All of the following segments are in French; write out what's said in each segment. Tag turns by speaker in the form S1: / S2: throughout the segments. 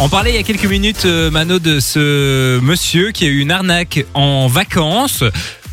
S1: On parlait il y a quelques minutes, euh, Mano, de ce monsieur qui a eu une arnaque en vacances.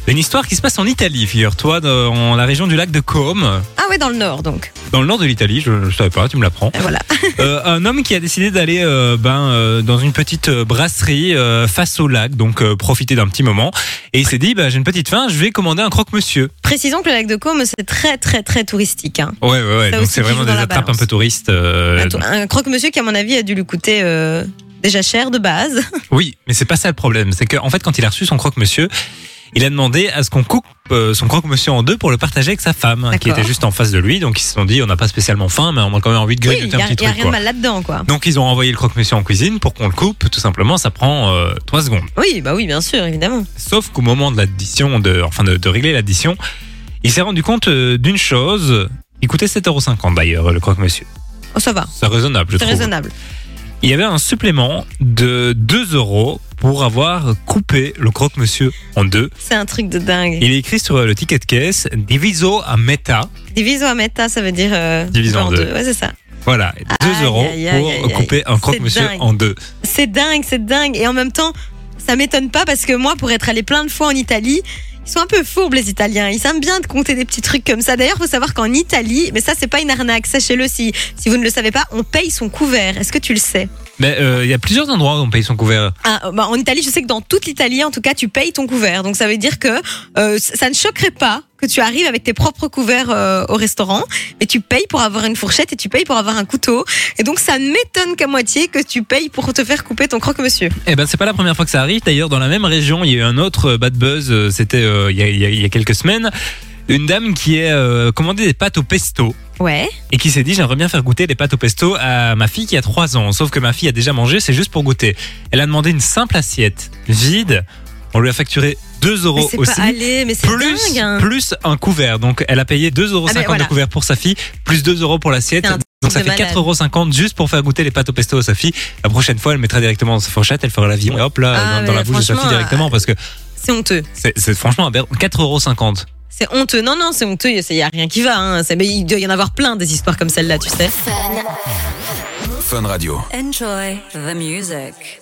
S1: Une histoire qui se passe en Italie, figure-toi, dans la région du lac de Côme,
S2: Ah ouais, dans le nord donc.
S1: dans le nord de l'Italie, je ne savais pas, tu me l'apprends.
S2: Et voilà.
S1: Euh, un homme qui a décidé d'aller euh, ben, euh, dans une petite euh, brasserie euh, face au lac, donc euh, profiter d'un petit moment. Et il s'est dit, bah, j'ai une petite faim, je vais commander un croque-monsieur.
S2: Précisons que le lac de Côme, c'est très très très touristique. hein.
S1: Ouais, ouais, ouais.
S2: Ça
S1: Donc
S2: aussi
S1: c'est
S2: qui
S1: vraiment
S2: joue
S1: des
S2: dans la
S1: attrapes un
S2: balance.
S1: peu touristes. euh,
S2: Un, tou- un croque-monsieur qui, à mon avis, a dû lui coûter euh, déjà cher de base.
S1: Oui, mais c'est pas ça le problème. C'est qu'en fait, quand il a reçu son croque-monsieur, il a demandé à ce qu'on coupe euh, son croque-monsieur en deux pour le partager avec sa femme, hein, qui
S2: D'accord.
S1: était juste en face de lui. Donc ils se sont dit, on n'a pas spécialement faim, mais on a quand même envie de
S2: Oui,
S1: grignoter
S2: il n'y
S1: un
S2: a,
S1: petit
S2: y a
S1: truc. quoi.
S2: rien de mal là-dedans quoi.
S1: Donc ils ont renvoyé le croque-monsieur en cuisine pour qu'on le coupe. Tout simplement, ça prend euh, trois secondes.
S2: Oui, bah oui, bien sûr, évidemment.
S1: Sauf qu'au moment de l'addition, de, enfin de, de régler l'addition, il s'est rendu compte euh, d'une chose. Il coûtait 7,50€ d'ailleurs, le croque-monsieur.
S2: Oh, ça va,
S1: C'est raisonnable, je
S2: c'est
S1: trouve.
S2: raisonnable.
S1: Il y avait un supplément de 2 euros pour avoir coupé le croque-monsieur en deux.
S2: C'est un truc de dingue.
S1: Il est écrit sur le ticket de caisse Diviso à Meta.
S2: Diviso à meta, ça veut dire. euh,
S1: Diviso en
S2: genre
S1: deux.
S2: Ouais, c'est ça.
S1: Voilà, 2
S2: Aïe,
S1: euros
S2: aïe, aïe,
S1: pour
S2: aïe, aïe.
S1: couper un
S2: C'est
S1: croque-monsieur
S2: dingue.
S1: en deux.
S2: C'est dingue, c'est dingue. Et en même temps, ça m'étonne pas parce que moi, pour être allé plein de fois en Italie, ils sont un peu fourbes les Italiens. Ils aiment bien de compter des petits trucs comme ça. D'ailleurs, faut savoir qu'en Italie, mais ça c'est pas une arnaque, sachez-le si si vous ne le savez pas, on paye son couvert. Est-ce que tu le sais
S1: Mais euh, il y a plusieurs endroits où on paye son couvert.
S2: Ah, euh, bah, En Italie, je sais que dans toute l'Italie, en tout cas, tu payes ton couvert. Donc ça veut dire que euh, c- ça ne choquerait pas que tu arrives avec tes propres couverts euh, au restaurant, mais tu payes pour avoir une fourchette et tu payes pour avoir un couteau. Et donc ça ne m'étonne qu'à moitié que tu payes pour te faire couper ton croque-monsieur.
S1: Eh ben, c'est pas la première fois que ça arrive. D'ailleurs, dans la même région, il y a eu un autre euh, bad buzz. euh, C'était euh, il y, a- il y a- il y a quelques semaines. Une dame qui euh, a commandé des pâtes au pesto.
S2: Ouais.
S1: et qui s'est dit j'aimerais bien faire goûter des pâtes au pesto à ma fille qui a 3 ans. Sauf que ma fille a déjà mangé, c'est juste pour goûter. Elle a demandé une simple assiette vide. On lui a facturé 2
S2: Mais
S1: euros
S2: c'est
S1: aussi.
S2: pas aller, mais c'est
S1: Plus,
S2: dingue. hein.
S1: plus un couvert. Donc, elle a payé 2,50 euros
S2: Ah, mais
S1: de
S2: voilà.
S1: couvert pour sa fille, plus 2 euros pour l'assiette.
S2: C'est un
S1: Donc, ça
S2: truc
S1: fait
S2: de malade.
S1: 4,50 euros juste pour faire goûter les pâtes au pesto à sa fille. La prochaine fois, elle mettra directement dans sa fourchette, elle fera la viande et hop là,
S2: Ah,
S1: dans, dans
S2: mais
S1: la bouche de sa fille
S2: franchement,
S1: directement. Parce que
S2: C'est honteux.
S1: c'est c'est franchement un ber- 4,50 euros.
S2: C'est honteux. Non, non, c'est honteux. Il n'y a rien qui va. Hein. C'est- Mais il doit y en avoir plein des histoires comme celle-là, tu sais.
S3: Fun Radio.
S4: Enjoy the music.